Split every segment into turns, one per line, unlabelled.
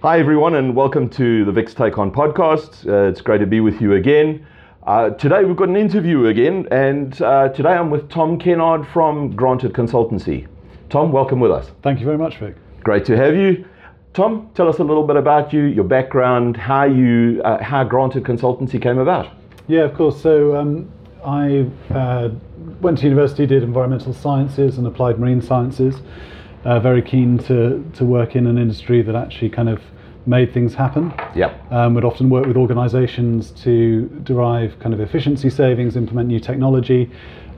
Hi, everyone, and welcome to the Vix Take On podcast. Uh, it's great to be with you again. Uh, today, we've got an interview again, and uh, today I'm with Tom Kennard from Granted Consultancy. Tom, welcome with us.
Thank you very much, Vic.
Great to have you. Tom, tell us a little bit about you, your background, how you, uh, how Granted Consultancy came about.
Yeah, of course. So um, I uh, went to university, did environmental sciences and applied marine sciences. Uh, very keen to, to work in an industry that actually kind of made things happen.
Yep.
Um, would often work with organisations to derive kind of efficiency savings, implement new technology,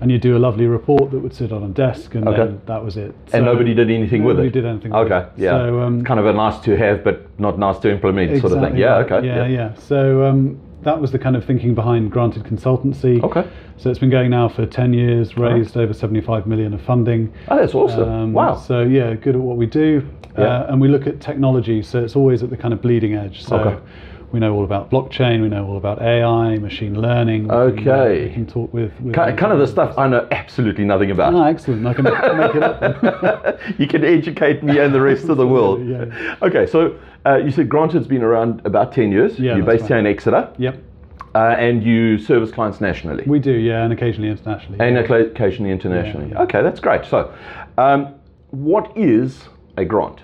and you do a lovely report that would sit on a desk, and
Okay.
then that was it.
and
So
nobody did anything with it.
nobody did anything with
Okay.
it.
Yeah.
So, um,
kind of a nice to have, but not nice to implement sort of thing.
exactly
Yeah.
right.
Okay.
Yeah, yeah. So um, that was the kind of thinking behind Granted Consultancy.
Okay.
So it's been going now for ten years,
right.
raised over seventy-five million of funding.
Oh, that's awesome.
Um,
wow.
So yeah, good at what we do,
Yeah.
uh, and we look at technology. So it's always at the kind of bleeding edge. So
Okay.
we know all about blockchain. We know all about AI, machine learning. we can, uh,
Okay.
we can talk with, with
Ki- kind of the stuff I know absolutely nothing about.
Ah, excellent. I can make it up. then.
you can educate me and the rest of the world.
Yeah.
Okay, so uh, you said Granted's been around about 10 years.
Yeah,
You're
that's
based here in Exeter
Yep.
uh, and you service clients nationally
We do, yeah, and occasionally internationally.
and occasionally internationally.
Yeah, yeah.
Okay, that's great. So, um, what is a grant?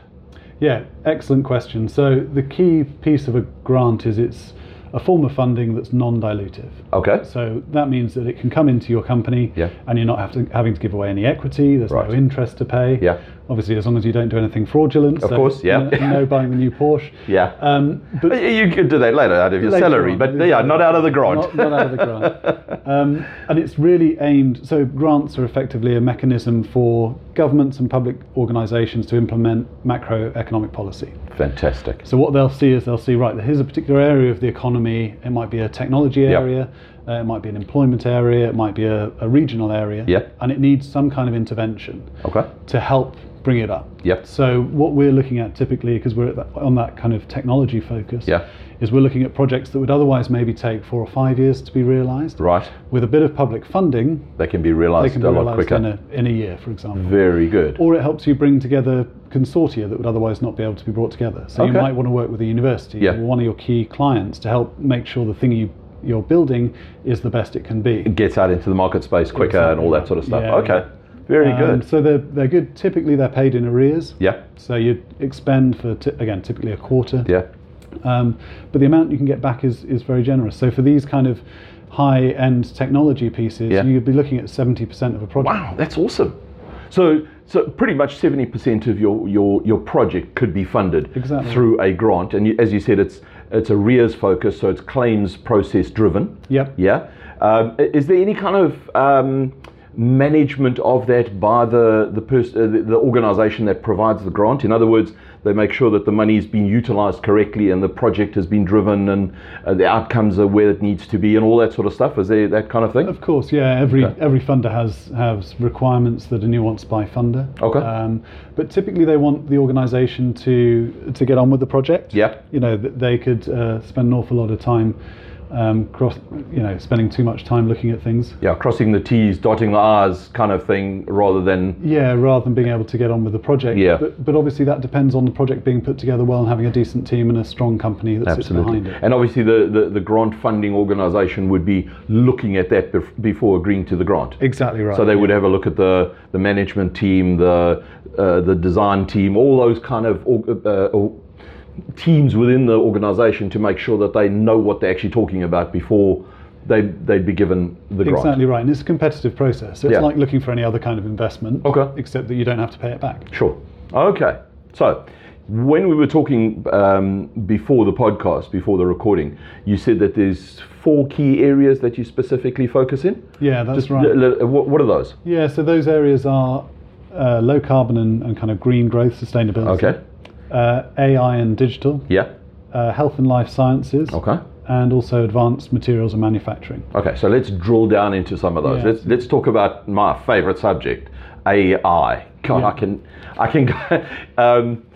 Yeah, excellent question. So the key piece of a grant is it's a form of funding that's non-dilutive.
Okay.
So that means that it can come into your company,
Yeah.
and you're not have to, having to give away any equity. There's
Right.
no interest to pay.
Yeah.
Obviously, as long as you don't do anything fraudulent. Of
course, yeah.
No, no buying the new Porsche.
Yeah.
Um,
Uh,
but
You could do that later out of your
Later
salary,
on,
but
later
yeah,
on.
not out of the grant.
not, not out of the grant. Um, and it's really aimed. So grants are effectively a mechanism for governments and public organisations to implement macroeconomic policy.
Fantastic.
So what they'll see is they'll see right. Here's a particular area of the economy. It might be a technology
Yep.
area. Uh, it might be an employment area. It might be a, a regional area.
Yep.
And it needs some kind of intervention
Okay.
to help bring it up.
Yep.
So what we're looking at typically, because we're at that, on that kind of technology focus,
Yeah.
is we're looking at projects that would otherwise maybe take four or five years to be realised.
Right.
With a bit of public funding,
They can be
they
realized
can
a
be
lot
realised
quicker.
in a, in a year, for example
Very good.
or it helps you bring together consortia that would otherwise not be able to be brought together. So you
Okay.
might want to work with a university
Yeah.
or one of your key clients to help make sure the thing you you're building is the best it can be.
Gets out into the market space quicker and all that sort of stuff.
Yeah.
okay. Very
Um,
good.
so they're they're good. Typically they're paid in arrears.
Yeah.
So you expend for t- again typically a quarter.
Yeah.
Um, but the amount you can get back is is very generous. So for these kind of high end technology pieces,
Yeah.
you'd be looking at seventy percent of a project.
Wow, that's awesome. So, so pretty much seventy percent of your, your your project could be funded
Exactly.
through a grant, and you, as you said, it's it's arrears focus, so it's claims process driven.
Yep.
Yeah. Um, i- is there any kind of um, management of that by the the, pers- uh, the the organisation that provides the grant? In other words, they make sure that the money is being utilised correctly and the project has been driven and uh, the outcomes are where it needs to be and all that sort of stuff. Is there that kind of thing?
Of course, yeah. Every every funder has has requirements that are nuanced by funder.
Okay.
Um, but typically, they want the organisation to to get on with the project.
Yeah.
You know, th- they could uh, spend an awful lot of time um, cross. You know, spending too much time looking at things.
yeah, crossing the T's, dotting the R's kind of thing rather than.
Yeah, rather than being able to get on with the project.
Yeah.
But, but obviously, that depends on the project being put together well and having a decent team and a strong company that sits behind it.
And obviously, the, the, the grant funding organization would be looking at that bef- before agreeing to the grant.
Exactly right.
So they would have a look at the, the management team, the, uh, the design team, all those kind of org- uh, or teams within the organization to make sure that they know what they're actually talking about before they, they'd be given the grant.
Exactly right, and it's a competitive process. So it's
Yeah.
like looking for any other kind of investment,
Okay.
except that you don't have to pay it back.
Sure. Okay. So, when we were talking um, before the podcast, before the recording, you said that there's four key areas that you specifically focus in.
Yeah, that's
Just
right.
l- l- what what are those?
yeah, so those areas are uh, low carbon and, and kind of green growth, sustainability.
Okay.
Uh, AI and digital.
Yeah.
Uh, health and life sciences.
Okay.
And also advanced materials and manufacturing.
Okay. So let's drill down into some of those.
Yeah.
Let's let's talk about my favorite subject, AI. God, I can, I can. um,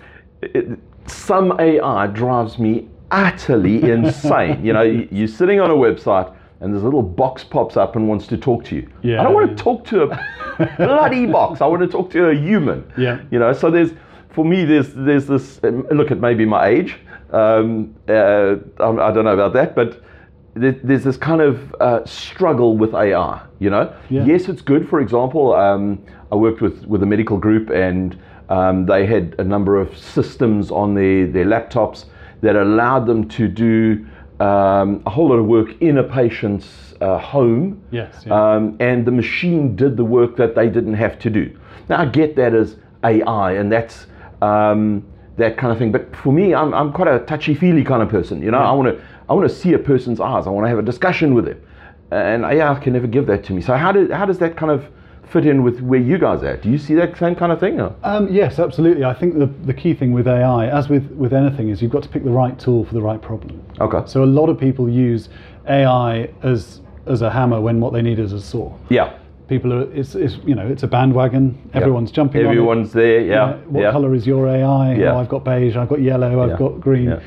it, some AI drives me utterly insane. You know, you- you're sitting on a website and this little box pops up and wants to talk to you. I
Yeah,
don't want
yeah.
to talk to a bloody box. I want to talk to a human.
Yeah.
You know, so there's for me there's there's this um, look at maybe my age. Um, uh, I, I don't know about that, but there- there's this kind of uh, struggle with AI. You know,
Yeah.
yes, it's good. For example, um, I worked with with a medical group, and um, they had a number of systems on their their laptops that allowed them to do um, a whole lot of work in a patient's uh, home.
Yes. Yeah.
Um, and the machine did the work that they didn't have to do. Now I get that as AI, and that's um, that kind of thing. But for me, I'm, I'm quite a touchy-feely kind of person. You know, I want to I want to see a person's eyes. I want to have a discussion with them, and AI can never give that to me. So how did how does that kind of fit in with where you guys are? Do you see that same kind of thing? Or?
Um, yes, absolutely. I think the, the key thing with AI, as with, with anything, is you've got to pick the right tool for the right problem.
Okay.
So a lot of people use AI as as a hammer when what they need is a saw.
yeah.
People are it's, it's you know it's a bandwagon. Everyone's jumping on it.
Everyone's there. Yeah.
Uh, what
yeah.
color is your AI?
Yeah.
Oh, I've got beige. I've got yellow. I've
Yeah.
got green.
Yeah.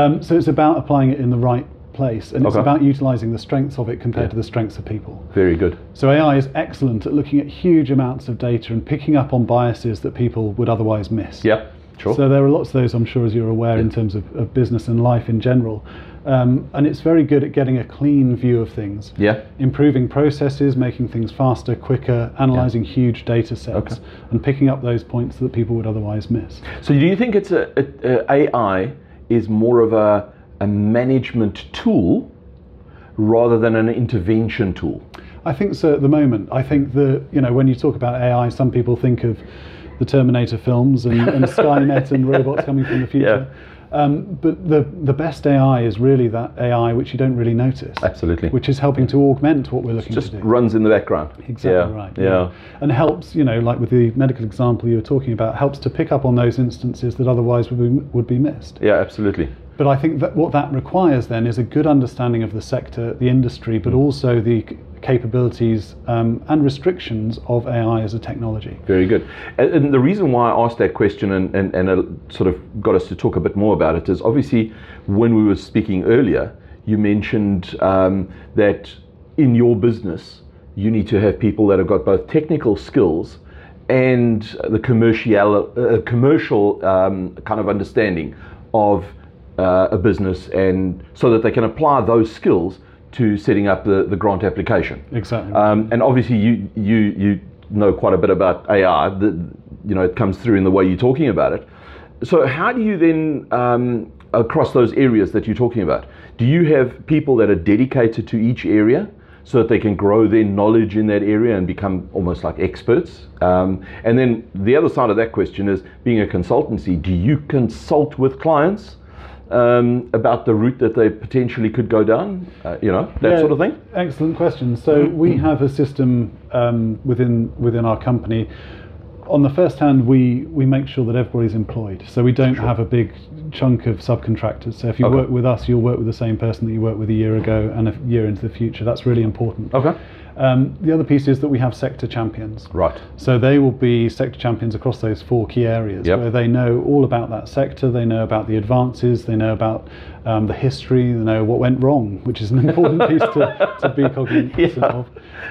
Um, so it's about applying it in the right place, and it's
Okay.
about utilizing the strengths of it compared
Yeah.
to the strengths of people.
Very good.
So AI is excellent at looking at huge amounts of data and picking up on biases that people would otherwise miss.
Yeah. Sure.
So there are lots of those, I'm sure, as you're aware, in terms of, of business and life in general. Um, and it's very good at getting a clean view of things,
yeah.
improving processes, making things faster, quicker, analysing huge data sets,
Okay.
and picking up those points that people would otherwise miss.
So do you think it's a, a, a AI is more of a, a management tool rather than an intervention tool?
I think so at the moment. I think that, you know, when you talk about AI, some people think of the Terminator films and, and Skynet and robots coming from the future. Um, but the, the best AI is really that AI which you don't really notice,
Absolutely. Which
which is helping to augment what we're looking
just
to do.
runs in the background.
Exactly
yeah.
right.
Yeah.
And helps, you know, like with the medical example you were talking about, helps to pick up on those instances that otherwise would be, would be missed.
Yeah, absolutely.
But I think that what that requires then is a good understanding of the sector, the industry,
Mm.
but also the c- capabilities um, and restrictions of AI as a technology.
Very good. And, and the reason why I asked that question and, and, and it sort of got us to talk a bit more about it is obviously when we were speaking earlier, you mentioned um, that in your business, you need to have people that have got both technical skills and the commercial, uh, commercial um, kind of understanding of uh, a business and so that they can apply those skills to setting up the, the grant application.
Exactly.
Um, and obviously, you you you know quite a bit about AI. The, you know, it comes through in the way you're talking about it. So, how do you then um, across those areas that you're talking about? Do you have people that are dedicated to each area? So that they can grow their knowledge in that area and become almost like experts. Um, and then the other side of that question is being a consultancy, do you consult with clients um, about the route that they potentially could go down? Uh, you know, that
Yeah,
sort of thing?
Excellent question. So
Mm.
we have a system um, within within our company. On the first hand, we we make sure that everybody's employed. So we don't have a big chunk of subcontractors. So if you
Okay.
work with us, you'll work with the same person that you worked with a year ago and a year into the future. That's really important.
Okay.
Um, the other piece is that we have sector champions.
Right.
So they will be sector champions across those four key areas
Yep.
where they know all about that sector, they know about the advances, they know about um, the history, they know what went wrong, which is an important piece to, to be cognizant
Yeah.
of.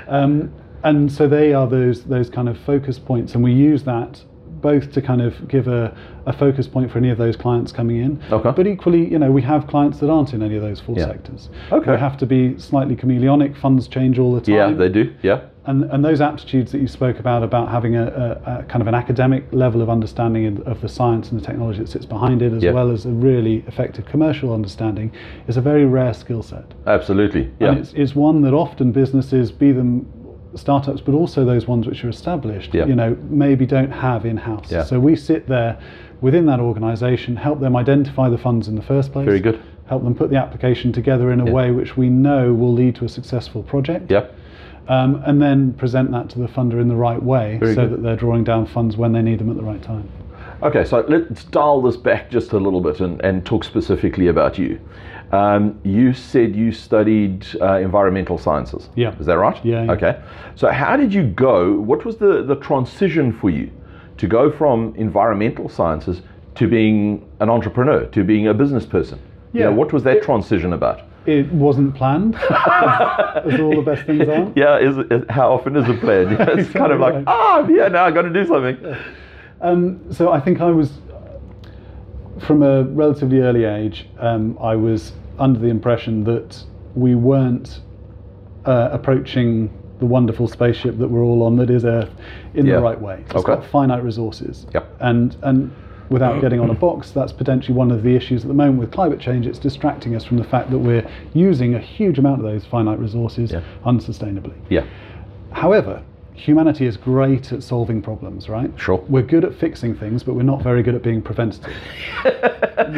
Um, and so they are those those kind of focus points, and we use that both to kind of give a, a focus point for any of those clients coming in.
Okay.
But equally, you know, we have clients that aren't in any of those four
Yeah.
sectors.
Okay.
They have to be slightly chameleonic, funds change all the time.
Yeah, they do. Yeah.
And, and those aptitudes that you spoke about, about having a, a, a kind of an academic level of understanding of, of the science and the technology that sits behind it, as
Yeah.
well as a really effective commercial understanding, is a very rare skill set.
Absolutely. Yeah.
And it's, it's one that often businesses, be them startups, but also those ones which are established,
Yeah.
you know, maybe don't have in house.
Yeah.
So we sit there within that organization, help them identify the funds in the first place.
Very good.
Help them put the application together in a
Yeah.
way which we know will lead to a successful project
yeah.
um, and then present that to the funder in the right way
Very
so
good.
that they're drawing down funds when they need them at the right time.
Okay, so let's dial this back just a little bit and, and talk specifically about you. Um, you said you studied uh, environmental sciences.
Yeah.
Is that right?
Yeah, yeah.
Okay. So how did you go? What was the, the transition for you to go from environmental sciences to being an entrepreneur, to being a business person? You know,
Yeah.
what was that transition about?
It wasn't planned, as, as all the best things are.
Yeah, is, is, how often is it planned? Yeah, it's kind of like,
Exactly right.
ah, yeah, now i got to do something.
Um, so I think I was from a relatively early age, um, I was under the impression that we weren't uh, approaching the wonderful spaceship that we're all on that is Earth in
Yeah.
the right way. It's
Okay.
got finite resources.
Yep.
And and without getting on a box, that's potentially one of the issues at the moment with climate change. It's distracting us from the fact that we're using a huge amount of those finite resources
Yeah.
unsustainably.
Yeah.
However, humanity is great at solving problems, right?
Sure.
We're good at fixing things, but we're not very good at being preventative.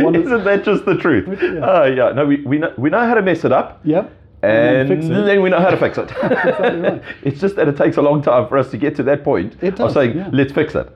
One of-
Isn't that just the truth?
Yeah.
Ah, yeah. No, we, we, know, we know how to mess it up.
Yep.
And
fix it.
then we know how to fix it.
exactly right.
It's just that it takes a long time for us to get to that point
It
of
does,
saying,
yeah.
let's fix it.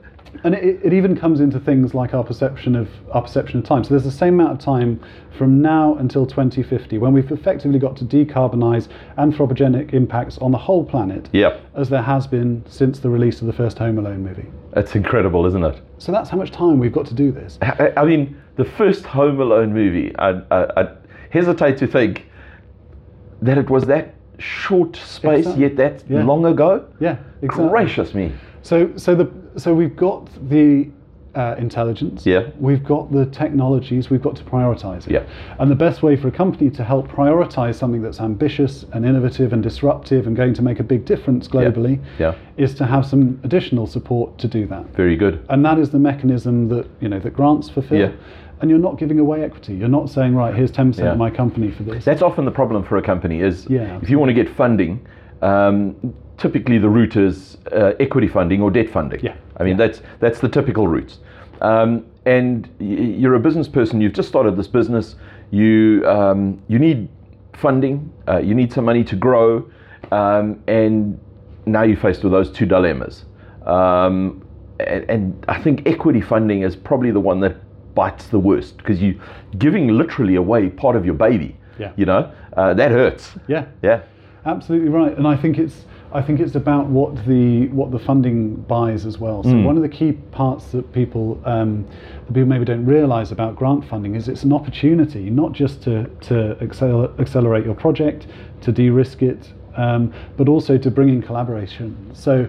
And it, it even comes into things like our perception of our perception of time. So there's the same amount of time from now until 2050 when we've effectively got to decarbonize anthropogenic impacts on the whole planet
Yeah.
as there has been since the release of the first Home Alone movie.
That's incredible, isn't it?
So that's how much time we've got to do this.
I I mean, the first Home Alone movie, I, I, I hesitate to think that it was that short space,
Exactly.
yet that
Yeah.
long ago.
Yeah, exactly.
Gracious me.
So, so the so we've got the uh, intelligence.
Yeah.
We've got the technologies. We've got to prioritize it.
Yeah.
And the best way for a company to help prioritize something that's ambitious and innovative and disruptive and going to make a big difference globally
Yeah.
is to have some additional support to do that.
Very good.
And that is the mechanism that you know that grants fulfill.
Yeah.
And you're not giving away equity. You're not saying, right, here's 10%
Yeah.
of my company for this.
That's often the problem for a company is
Yeah,
if you want to get funding, um, typically the route is uh, equity funding or debt funding.
Yeah.
I mean, that's, that's the typical routes. Um, and y- you're a business person, you've just started this business, you, um, you need funding, uh, you need some money to grow, um, and now you're faced with those two dilemmas. Um, and, and I think equity funding is probably the one that bites the worst because you're giving literally away part of your baby.
Yeah.
You know, uh, that hurts.
yeah.
Yeah.
Absolutely right, and I think it's I think it's about what the what the funding buys as well. So
Mm.
one of the key parts that people um, that people maybe don't realise about grant funding is it's an opportunity not just to to accel- accelerate your project, to de-risk it, um, but also to bring in collaboration. So.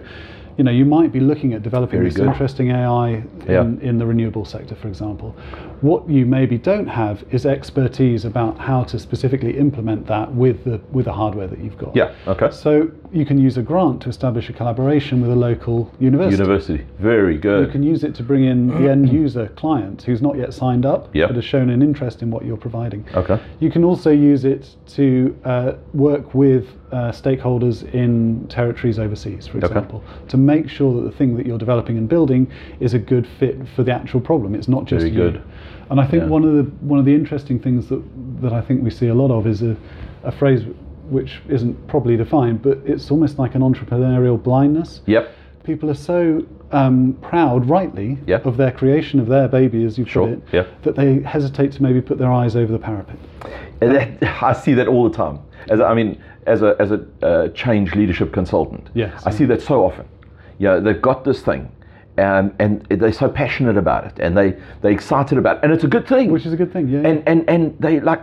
You know, you might be looking at developing
Very
this
good.
interesting AI in,
Yeah.
in the renewable sector, for example. What you maybe don't have is expertise about how to specifically implement that with the with the hardware that you've got.
Yeah. Okay.
So you can use a grant to establish a collaboration with a local university.
University. Very
you
good.
can use it to bring in the end user client who's not yet signed up
Yeah.
but has shown an interest in what you're providing.
Okay.
You can also use it to uh, work with uh, stakeholders in territories overseas, for example, to make sure that the thing that you're developing and building is a good fit for the actual problem. It's not just
Very
you.
good.
And I think
Yeah.
one of the one of the interesting things that that I think we see a lot of is a, a phrase which isn't properly defined, but it's almost like an entrepreneurial blindness
Yep.
people are so um, proud, rightly,
Yeah.
of their creation of their baby, as you
Sure,
put it,
yeah.
that they hesitate to maybe put their eyes over the parapet.
And that, I see that all the time. As a- I mean, as a as a uh, change leadership consultant,
Yes.
I see that so often. Yeah, they've got this thing, um, and they're so passionate about it, and they they are excited about, it. and it's a good thing.
Which is a good thing, yeah. yeah.
and and and they like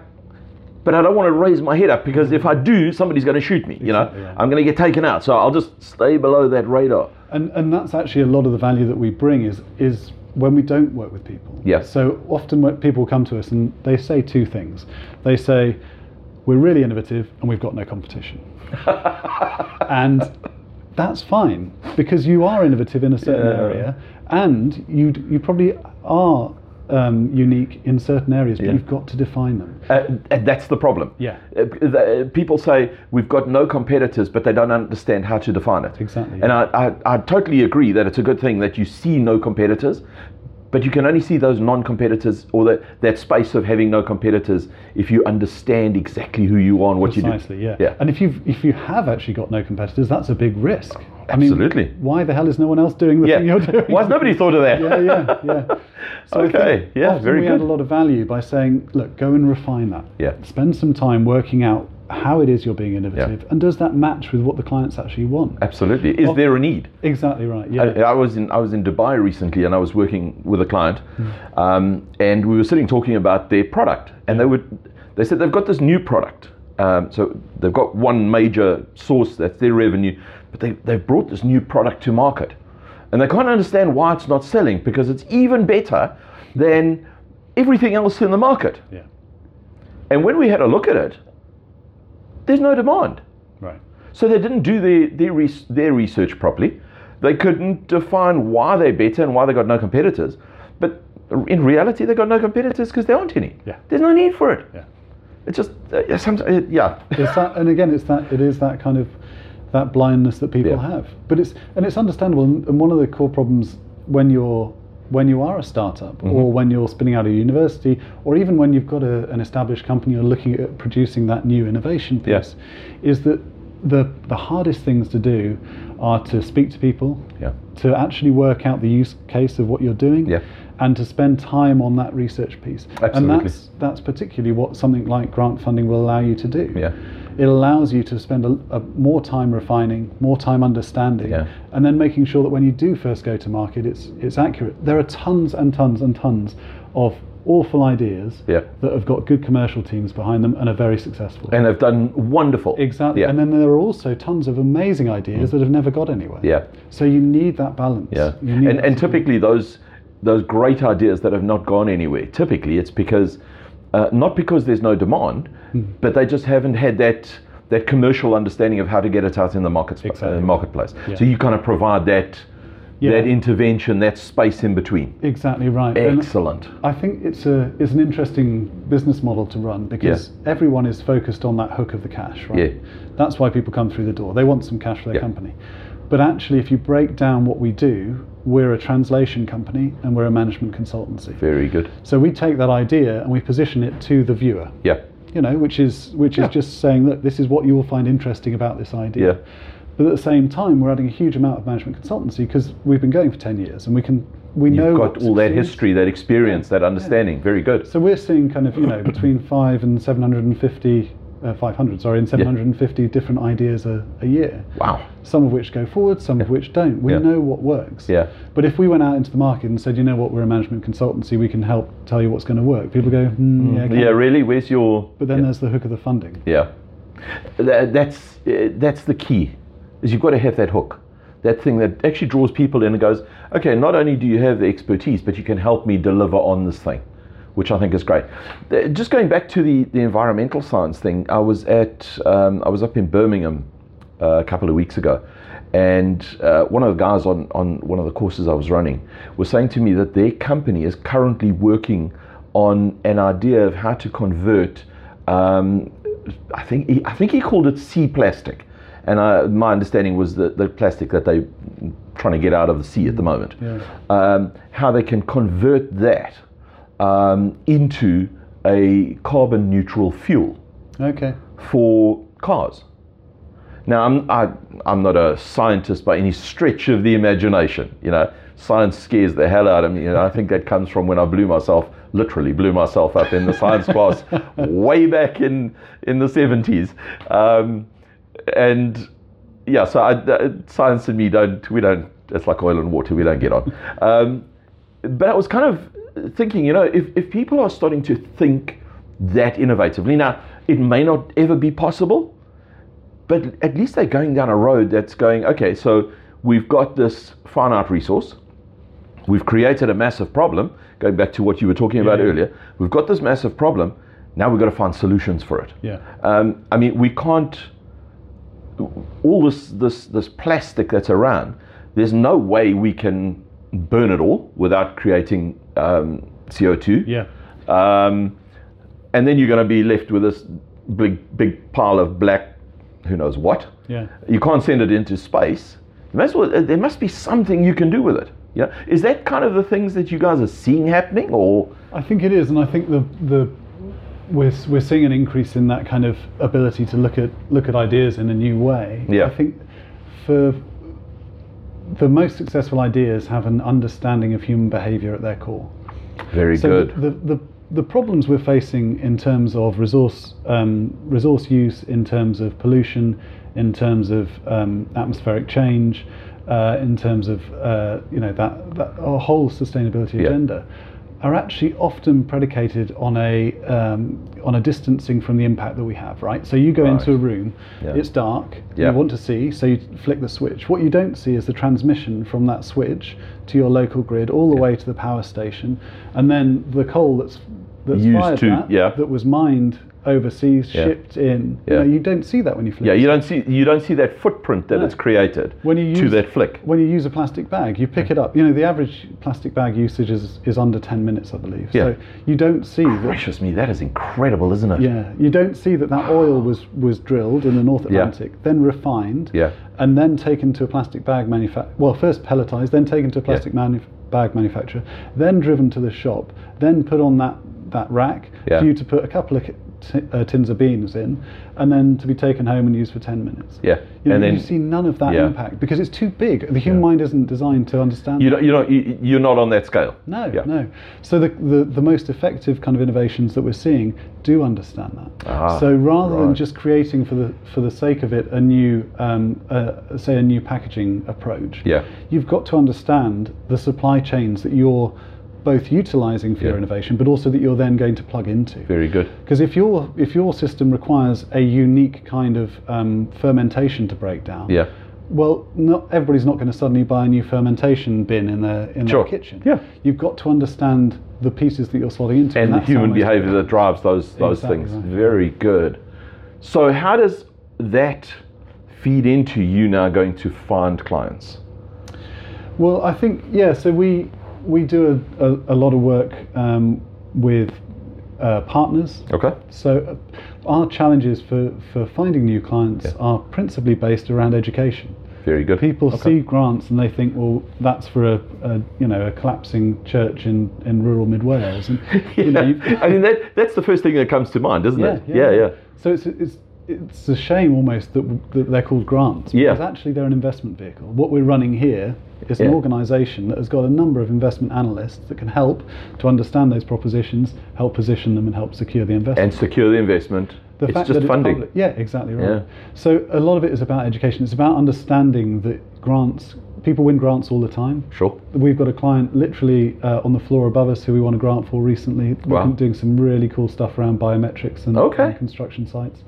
but I don't want to raise my head up because if I do, somebody's going to shoot me. You
Exactly,
know,
yeah.
I'm going to get taken out. So I'll just stay below that radar.
and and that's actually a lot of the value that we bring is is when we don't work with people.
Yeah.
So often when people come to us and they say two things. They say, "We're really innovative and we've got no competition," and that's fine because you are innovative in a certain
Yeah.
area, and you d- you probably are um, unique in certain areas, but
Yeah.
you've got to define them.
Uh, and that's the problem.
Yeah.
Uh, the- people say we've got no competitors, but they don't understand how to define it.
Exactly,
And I, I, I totally agree that it's a good thing that you see no competitors, but you can only see those non-competitors or that that space of having no competitors if you understand exactly who you are and what
Precisely,
you
yeah.
do. Yeah.
And if you have if you have actually got no competitors, that's a big risk. I mean,
Absolutely.
why the hell is no one else doing the
yeah.
thing you're doing?
Why has nobody thought of that?
yeah, yeah, yeah. So I think
Okay, yeah,
often
very
we add
good.
a lot of value by saying, look, go and refine that.
Yeah.
Spend some time working out how it is you're being innovative, and does that match with what the clients actually want?
Absolutely. Is there a need?
Exactly right. Yeah.
Uh, I, uh, I was in I was in Dubai recently, and I was working with a client, um, and we were sitting talking about their product, and they would they said they've got this new product. Um, so they've got one major source that's their revenue, but they they've brought this new product to market, and they can't understand why it's not selling because it's even better than everything else in the market.
Yeah.
And when we had a look at it, there's no demand.
Right.
So they didn't do their, their, res- their research properly. They couldn't define why they're better and why they got no competitors. But in reality, they got no competitors because there aren't any.
Yeah.
There's no need for it.
Yeah.
It's just, uh, yeah, some, uh, yeah.
it's that, and again, it's that it is that kind of that blindness that people
Yeah.
have. But it's and it's understandable. And, and one of the core problems when you're when you are a startup,
Mm-hmm.
or when you're spinning out of university, or even when you've got a, an established company and looking at producing that new innovation piece,
Yeah.
is that the the hardest things to do are to speak to people,
Yeah.
to actually work out the use case of what you're doing,
Yeah.
and to spend time on that research piece. And
Absolutely.
that's that's particularly what something like grant funding will allow you to do.
Yeah.
It allows you to spend a, a more time refining, more time understanding,
Yeah.
and then making sure that when you do first go to market, it's it's accurate. There are tons and tons and tons of awful ideas
Yeah.
that have got good commercial teams behind them and are very successful.
And they've done wonderful.
exactly.
Yeah. Mm.
And then there are also tons of amazing ideas that have never got anywhere.
yeah.
So you need that balance.
Yeah,
You need
and
that
and
sort of-
typically those those great ideas that have not gone anywhere. Typically, it's because uh, not because there's no demand,
Hmm.
but they just haven't had that that commercial understanding of how to get it out in the market sp-
Exactly.
uh, marketplace.
Yeah.
So you kind of provide that
Yeah.
that intervention, that space in between.
exactly right. And-
Excellent.
I think it's a it's an interesting business model to run because everyone is focused on that hook of the cash, right?
Yeah.
That's why people come through the door. They want some cash for their
Yeah.
company. But actually if you break down what we do, we're a translation company and we're a management consultancy.
Very good.
So we take that idea and we position it to the viewer.
Yeah.
You know, which is which
Yeah.
is just saying, look, this is what you will find interesting about this idea.
Yeah.
But at the same time, we're adding a huge amount of management consultancy because we've been going for ten years and we can we
You've
know
got
what
all that
succeeds.
history, that experience, that understanding. Very good.
So we're seeing kind of you know between five and seven hundred and fifty, uh, five hundred sorry, and seven hundred and fifty different ideas a, a year.
Wow.
Some of which go forward, some of which don't. We
Yeah.
know what works.
Yeah.
But if we went out into the market and said, you know what, we're a management consultancy, we can help tell you what's going to work. People go, hmm, yeah, okay.
Yeah. Really. Where's your?
But then there's the hook of the funding.
Yeah, Tha- that's uh, that's the key. Is you've got to have that hook, that thing that actually draws people in and goes, okay. Not only do you have the expertise, but you can help me deliver on this thing, which I think is great. Th- Just going back to the, the environmental science thing, I was at um, I was up in Birmingham uh, a couple of weeks ago, and uh, one of the guys on on one of the courses I was running was saying to me that their company is currently working on an idea of how to convert um, I think he, I think he called it sea plastic, and I, my understanding was that the plastic that they trying to get out of the sea at the moment,
Yeah.
um, how they can convert that um, into a carbon neutral fuel
Okay.
for cars. Now, I'm, I, I'm not a scientist by any stretch of the imagination. You know, science scares the hell out of me. You know, I think that comes from when I blew myself, literally blew myself up in the science class way back in, in the 70s. Um, and yeah, so I, uh, science and me don't, we don't, it's like oil and water, we don't get on. Um, but I was kind of thinking, you know, if, if people are starting to think that innovatively, now it may not ever be possible, but at least they're going down a road that's going, okay, so we've got this finite resource, we've created a massive problem, going back to what you were talking about
Yeah.
earlier, we've got this massive problem, now we've got to find solutions for it.
Yeah.
Um, I mean, we can't. All this this this plastic that's around. There's no way we can burn it all without creating um, CO2.
Yeah.
Um, and then you're going to be left with this big big pile of black, who knows what.
Yeah.
You can't send it into space. You must, well, there must be something you can do with it. You know? Is that kind of the things that you guys are seeing happening, or
I think it is, and I think the the we're, s- we're seeing an increase in that kind of ability to look at look at ideas in a new way.
Yeah.
I think for the most successful ideas have an understanding of human behaviour at their core.
very
So
good?
The, the, the, the problems we're facing in terms of resource um, resource use, in terms of pollution, in terms of um, atmospheric change, uh, in terms of uh, you know that, that our whole sustainability agenda are actually often predicated on a um, on a distancing from the impact that we have, right? So you go into a room,
Yeah.
it's dark,
Yeah.
you want to see, so you flick the switch. What you don't see is the transmission from that switch to your local grid, all the way to the power station, and then the coal that's that's
Used
fired
to-
that,
yeah.
that was mined overseas,
Yeah.
shipped in.
Yeah.
You, know, you don't see that when you flick.
Yeah,
the
you don't see you don't see that footprint that it's created
When you
to
use-
that flick.
when you use a plastic bag, you pick it up. You know, the average plastic bag usage is, is under 10 minutes, I believe.
Yeah.
So you don't see that.
Precious me, that is incredible, isn't it?
Yeah, you don't see that that oil was, was drilled in the North Atlantic, then refined,
Yeah.
and then taken to a plastic bag manufacturer. Well, first pelletized, then taken to a plastic manu- bag manufacturer, then driven to the shop, then put on that, that rack
Yeah.
for you to put a couple of ki- ti- uh, tins of beans in, and then to be taken home and used for 10 minutes.
Yeah.
You, know,
and then
you see none of that
yeah.
impact because it's too big. The human mind isn't designed to understand.
you
that.
don't, you don't, you- you're not on that scale.
No,
Yeah.
no. So the, the the most effective kind of innovations that we're seeing do understand that.
Ah,
so rather
right.
than just creating for the for the sake of it a new um, uh, say a new packaging approach,
Yeah.
you've got to understand the supply chains that you're both utilizing for
Yeah.
your innovation, but also that you're then going to plug into.
Very good.
Because if your if your system requires a unique kind of um, fermentation to break down,
Yeah.
Well, not everybody's not going to suddenly buy a new fermentation bin in their in
Sure.
their kitchen.
Yeah.
you've got to understand the pieces that you're slotting into,
And the
that's how
human
most-
behavior that drives those those
Exactly
things.
right.
Very good. So how does that feed into you now going to find clients?
Well, I think yeah. So we we do a, a, a lot of work um, with uh, partners.
Okay.
So uh, our challenges for for finding new clients are principally based around education.
Very good.
People
Okay.
see grants and they think, well, that's for a, a you know a collapsing church in, in rural mid Wales, and you know, you've-
I mean that that's the first thing that comes to mind, isn't it?
yeah,
yeah.
So it's it's it's a shame almost that, w- that they're called grants
Yeah.
because actually they're an investment vehicle. What we're running here is
Yeah.
an organisation that has got a number of investment analysts that can help to understand those propositions, help position them, and help secure the investment.
And secure the investment.
The
it's
fact
just
that
funding.
public- yeah, exactly right.
Yeah.
So a lot of it is about education. It's about understanding that grants. People win grants all the time.
Sure.
We've got a client literally uh, on the floor above us who we won a grant for recently. We've
Wow.
been doing some really cool stuff around biometrics and,
Okay.
and construction sites.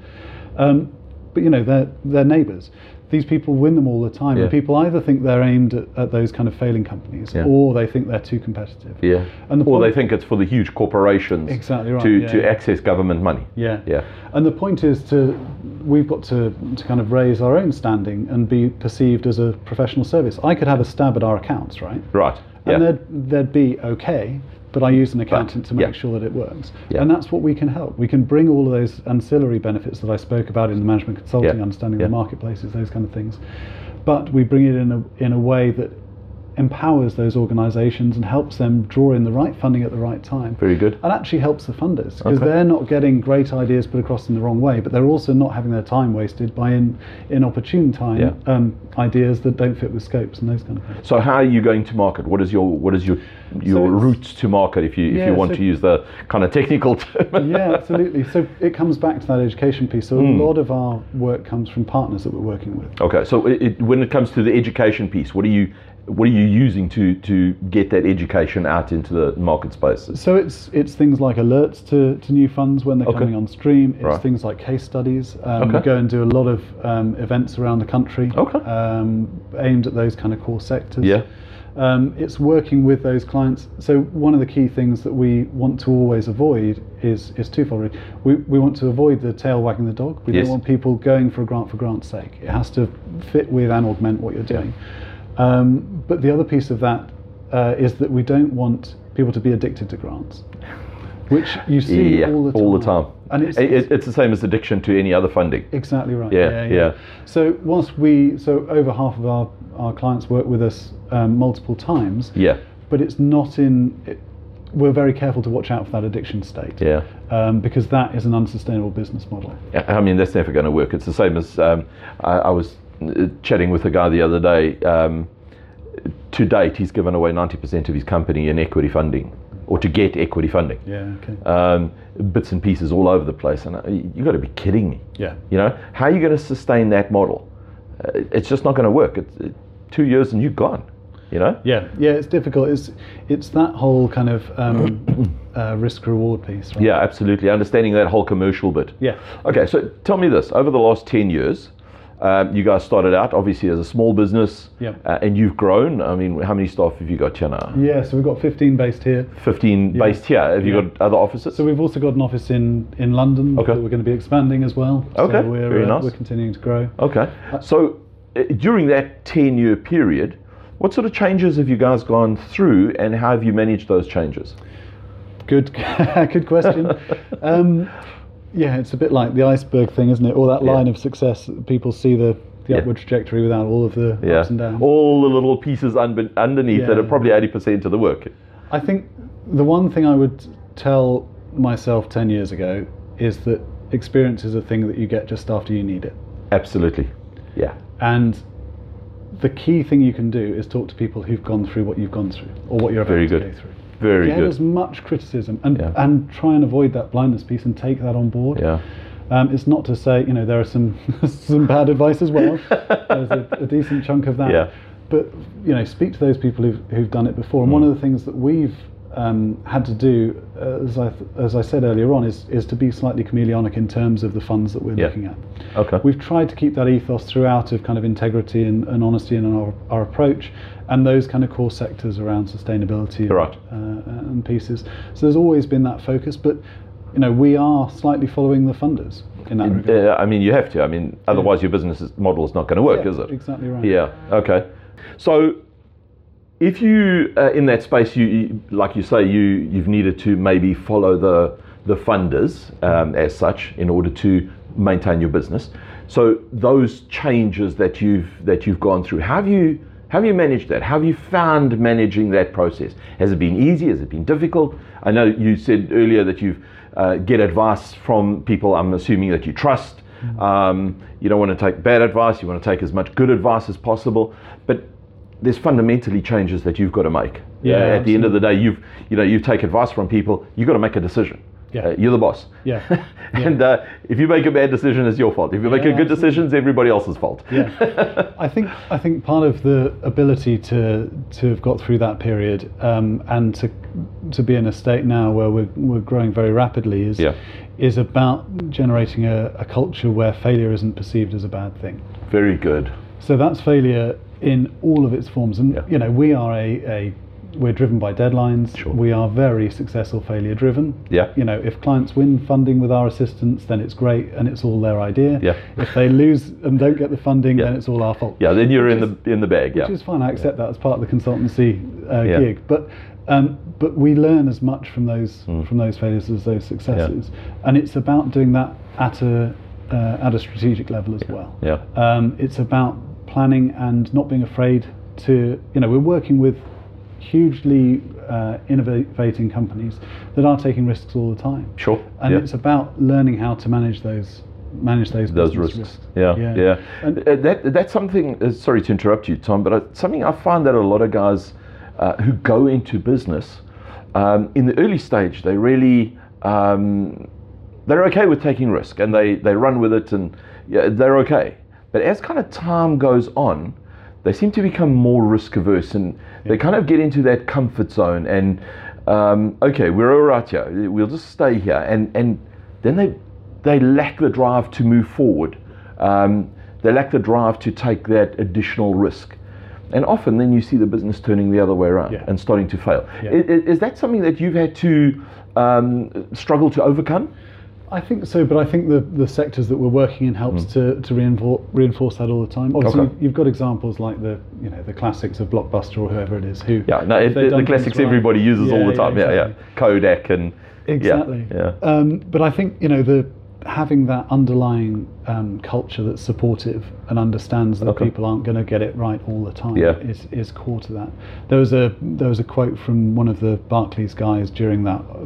Um, but you know, they're, they're neighbours. These people win them all the time,
Yeah.
and people either think they're aimed at, at those kind of failing companies,
Yeah.
or they think they're too competitive.
Yeah.
And the
or they
point-
think it's for the huge corporations
Exactly right,
to,
yeah,
to
yeah.
access government money.
Yeah.
Yeah.
And the point is to we've got to, to kind of raise our own standing and be perceived as a professional service. I could have a stab at our accounts, right?
Right.
And
yeah.
they'd, they'd be okay, but I use an accountant to make
yeah.
sure that it works.
Yeah.
And that's what we can help. We can bring all of those ancillary benefits that I spoke about in the management consulting,
Yeah.
understanding
Yeah.
the marketplaces, those kind of things. But we bring it in a, in a way that empowers those organizations and helps them draw in the right funding at the right time
Very good.
and actually helps the funders because
Okay.
they're not getting great ideas put across in the wrong way, but they're also not having their time wasted by in, inopportune time
Yeah.
um, ideas that don't fit with scopes and those kind of things.
So how are you going to market? What is your what is your your
it's-
route to market if you if
Yeah,
you want
so-
to use the kind of technical term?
yeah, absolutely. So it comes back to that education piece. So
Hmm.
a lot of our work comes from partners that we're working with.
Okay. So it, it- when it comes to the education piece, what are you what are you using to to get that education out into the market spaces?
So it's it's things like alerts to, to new funds when they're
Okay.
coming on stream. It's
Right.
things like case studies. Um, We
Okay.
go and do a lot of um, events around the country.
Okay.
Um, aimed at those kind of core sectors.
Yeah.
Um, it's working with those clients. So one of the key things that we want to always avoid is is twofold. really. We we want to avoid the tail wagging the dog. We
Yes.
don't want people going for a grant for grant's sake. It has to fit with and augment what you're doing. Um, but the other piece of that uh, is that we don't want people to be addicted to grants, which you see
yeah.
all the time. And it's,
It- it- it's the same as addiction to any other funding.
Exactly right.
Yeah, yeah.
So whilst we, so over half of our, our clients work with us um, multiple times,
Yeah.
but it's not in. It, we're very careful to watch out for that addiction state,
Yeah.
um, because that is an unsustainable business model.
Yeah, I mean, that's never going to work. It's the same as um, I, I was uh, chatting with a guy the other day. Um, to date, he's given away 90% of his company in equity funding, or to get equity funding,
Yeah. Okay.
um, bits and pieces all over the place. And I- you got to be kidding me.
yeah.
You know, how are you going to sustain that model? Uh, it's just not going to work. It's, it, two uh, years and you're gone. You know?
Yeah, yeah, it's difficult. It's it's that whole kind of um, uh, risk reward piece. Right?
Yeah, absolutely. Understanding that whole commercial bit.
Yeah.
Okay, so tell me this: over the last ten years, um, you guys started out obviously as a small business,
Yeah.
uh, and you've grown. I mean, how many staff have you got here now?
Yeah, so we've got 15 based here.
Fifteen based here. Have you got other offices?
So we've also got an office in, in London
Okay.
that we're going to be expanding as well.
Okay,
so we're,
very
uh,
nice.
we're continuing to grow.
okay. So uh, during that ten-year period, what sort of changes have you guys gone through, and how have you managed those changes?
Good, good question. um, yeah, it's a bit like the iceberg thing, isn't it? All that line of success, people see the, the
Yeah.
upward trajectory without all of the ups and downs.
All the little pieces unbe- underneath that
Yeah.
are probably eighty percent of the work.
I think the one thing I would tell myself 10 years ago is that experience is a thing that you get just after you need it.
Absolutely. Yeah.
And the key thing you can do is talk to people who've gone through what you've gone through or what you're about
Very
to
good.
go through.
Very
Get
good.
as much criticism and,
Yeah.
and try and avoid that blindness piece and take that on board.
Yeah.
Um, it's not to say, you know, there are some some bad advice as well. There's a, a decent chunk of that.
Yeah.
But, you know, speak to those people who've, who've done it before. And
Mm.
one of the things that we've um, had to do, uh, as, I, th- as I said earlier on, is, is to be slightly chameleonic in terms of the funds that we're
Yeah.
looking at.
Okay.
We've tried to keep that ethos throughout of kind of integrity and, and honesty in our, our approach and those kind of core sectors around sustainability
Correct.
and, uh, and pieces. So there's always been that focus, but you know, we are slightly following the funders in that regard.
Yeah, I mean, you have to. I mean, otherwise your business is- model is not going to work,
Yeah,
is it?
Exactly right.
uh, Yeah. Okay. So, if you uh, in that space, you, you like you say, you you've needed to maybe follow the the funders um, as such in order to maintain your business. So those changes that you've that you've gone through, have you have you managed that? Have you found managing that process? Has it been easy? Has it been difficult? I know you said earlier that you've uh, get advice from people. I'm assuming that you trust. Um, you don't want to take bad advice. You want to take as much good advice as possible. But there's fundamentally changes that you've got to make.
Yeah,
Uh, at the end of the day, you've you know you take advice from people. You've got to make a decision.
Yeah.
Uh, you're the boss.
Yeah.
and uh, if you make a bad decision, it's your fault. If you make a
Yeah,
good decision, it's everybody else's fault.
Yeah. I think I think part of the ability to to have got through that period um, and to to be in a state now where we're, we're growing very rapidly is
Yeah.
is about generating a, a culture where failure isn't perceived as a bad thing.
Very good.
So that's failure in all of its forms, and
Yeah.
you know we are a, a we're driven by deadlines.
Sure.
We are very successful failure driven.
Yeah.
You know, if clients win funding with our assistance, then it's great and it's all their idea.
Yeah.
If they lose and don't get the funding,
Yeah.
then it's all our fault.
Yeah. Then you're in the in the bag. Yeah.
Which is fine. I accept that as part of the consultancy uh,
Yeah.
gig. But um, but we learn as much from those
Hmm.
from those failures as those successes, and it's about doing that at a uh, at a strategic level as well.
Yeah.
Um, it's about planning and not being afraid to you know we're working with hugely uh, innovating companies that are taking risks all the time.
Sure.
And
yeah.
it's about learning how to manage those manage those
those
business
risks. Yeah, yeah.
Yeah. And-
Uh, that that's something. Uh, sorry to interrupt you, Tom, but I, something I find that a lot of guys uh, who go into business um, in the early stage, they really um, they're okay with taking risk and they they run with it and yeah, they're okay. But as kind of time goes on, they seem to become more risk averse and they kind of get into that comfort zone and um, okay, we're all right here. We'll just stay here and and then they they lack the drive to move forward. Um, they lack the drive to take that additional risk. And often then you see the business turning the other way around
Yeah.
and starting to fail.
Yeah.
I- i- Is, that something that you've had to um, struggle to overcome?
I think so, but I think the, the sectors that we're working in helps to, to reinforce, reinforce that all the time. Obviously,
Mm. Okay.
you've- you've got examples like the you know the classics of Blockbuster or whoever it is who
Yeah, no,
if
it,
they've
the
done things
classics
right-
everybody uses all the time. Yeah,
exactly.
yeah. Kodak and yeah,
Exactly.
Yeah,
Um, but I think you know the having that underlying um, culture that's supportive and understands that
Okay.
people aren't going to get it right all the time
Yeah.
is, is core to that. There was a there was a quote from one of the Barclays guys during that uh,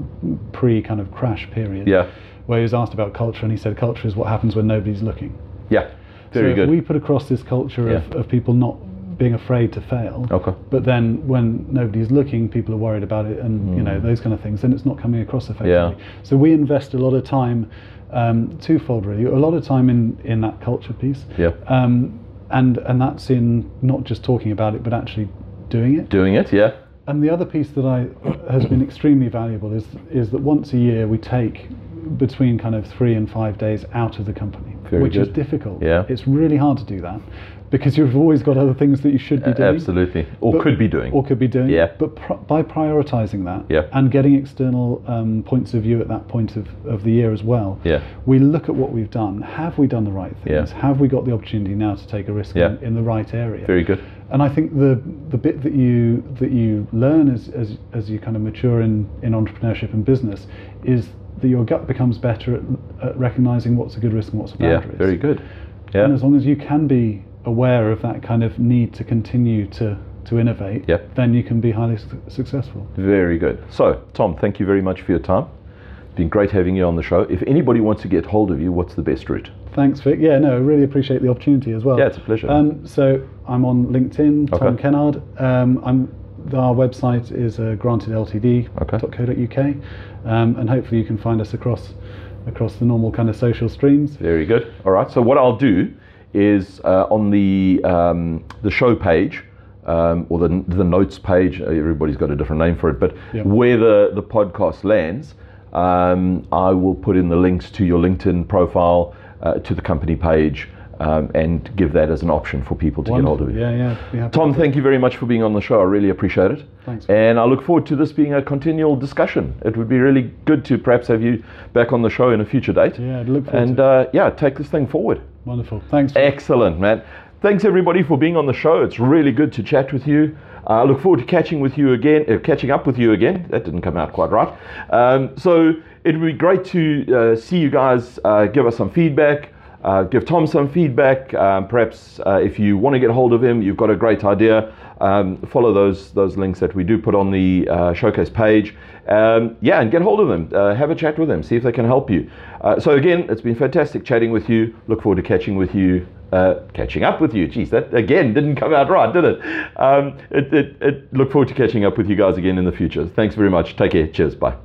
pre kind of crash period.
Yeah.
Where he was asked about culture, and he said, "Culture is what happens when nobody's looking."
yeah. Very
so
good.
If we put across this culture of,
Yeah.
of people not being afraid to fail.
Okay.
But then when nobody's looking, people are worried about it, and you know those kind of things. Then it's not coming across effectively.
Hmm. Yeah.
So we invest a lot of time, um, twofold really, a lot of time in in that culture piece.
Yeah.
Um, and and that's in not just talking about it, but actually doing it.
Doing it, yeah.
And the other piece that I has been extremely valuable is is that once a year we take between kind of three and five days out of the company,
Very
which is
good.
difficult.
Yeah.
it's really hard to do that because you've always got other things that you should be doing.
Absolutely. Or
But-
could be doing.
or could be doing.
Yeah.
But pr- by prioritizing that
Yeah.
and getting external um, points of view at that point of, of the year as well,
Yeah.
we look at what we've done. Have we done the right
Yeah.
things? Have we got the opportunity now to take a risk
Yeah.
in, in the right area?
Very good.
And I think the the bit that you that you learn as as, as you kind of mature in, in entrepreneurship and business is that your gut becomes better at, at recognizing what's a good risk and what's a
Yeah,
boundary.
very good. Yeah.
And as long as you can be aware of that kind of need to continue to, to innovate,
Yep.
then you can be highly su- successful.
Very good. So, Tom, thank you very much for your time. It's been great having you on the show. If anybody wants to get hold of you, what's the best route?
Thanks, Vic. Yeah, no, I really appreciate the opportunity as well.
Yeah, it's a pleasure.
Um, so I'm on LinkedIn, Tom
Okay.
Kennard. Um, I'm, our website is uh, grantedltd.co.uk, um, and hopefully you can find us across across the normal kind of social streams.
Very good. All right. So what I'll do is uh, on the um, the show page um, or the the notes page. uh, Everybody's got a different name for it, but
Yeah.
where the the podcast lands, um, I will put in the links to your LinkedIn profile, uh, to the company page, um, and give that as an option for people to get hold of you.
Yeah, yeah. Be happy.
Tom, thank you very much for being on the show. I really appreciate it.
Thanks.
And I look forward to this being a continual discussion. It would be really good to perhaps have you back on the show in a future date.
Yeah, I'd look forward
And
to
uh,
it.
yeah, take this thing forward.
Wonderful. Thanks. Vic.
Excellent, man. Thanks everybody for being on the show. It's really good to chat with you. I look forward to catching with you again, uh, catching up with you again. That didn't come out quite right. Um, so it would be great to uh, see you guys. Uh, give us some feedback. Uh, give Tom some feedback. Um, perhaps uh, if you want to get hold of him, you've got a great idea. Um, follow those those links that we do put on the uh, showcase page. Um, yeah, and get hold of them. Uh, have a chat with them. See if they can help you. Uh, so again, it's been fantastic chatting with you. Look forward to catching with you, uh, catching up with you. Geez, that again didn't come out right, did it? Um, it, it, it? Look forward to catching up with you guys again in the future. Thanks very much. Take care. Cheers. Bye.